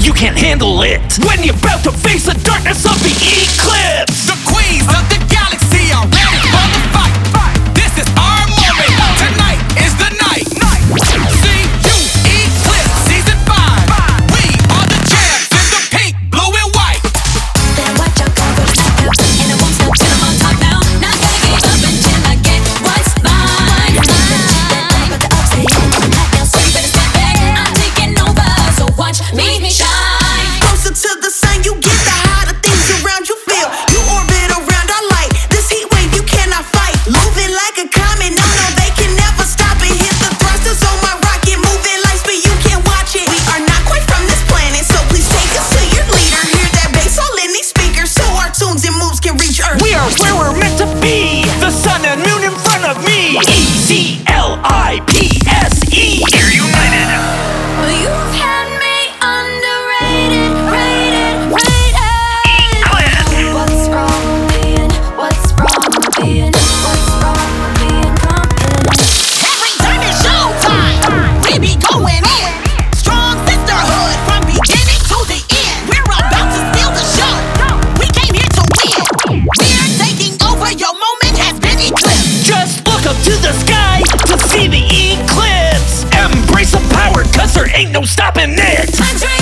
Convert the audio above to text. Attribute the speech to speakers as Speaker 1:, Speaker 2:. Speaker 1: you can't handle it. When you're about to face the darkness of the eclipse.
Speaker 2: The queens of the galaxy are ready for the fight. This is our moment. Tonight is the night. See you eclipse season five. We are the champs in the pink, blue, and white.
Speaker 3: Better watch out, cause we're out. And I won't stop till I'm on top now. Not gonna give up until I get what's mine. But the ups and hot now, so you better step back. I'm taking over, so watch me shine.
Speaker 4: Closer to the sun, you get the hotter things around you feel. You orbit around our light. This heat wave you cannot fight. Moving like a comet, no, no, they can never stop it. Hit the thrusters on my rocket, moving like speed, you can't watch it. We are not quite from this planet, so please take us to your leader. Hear that bass all in these speakers, so our tunes and moves can reach Earth.
Speaker 1: We are where we're meant to be. The sun and moon in front of me. E C L I P S E. They're united.
Speaker 3: Well, you've had me underrated, rated, rated. What's wrong with being? What's wrong with being? What's wrong with being confident?
Speaker 5: Every time it's showtime, we be going in. Strong sisterhood from beginning to the end. We're about to steal the show. We came here to win. We're taking over. Your moment has been eclipsed.
Speaker 1: Just look up to the sky to see the eclipse. Embrace the power, cause there ain't no stopping it.
Speaker 3: I'm dreaming.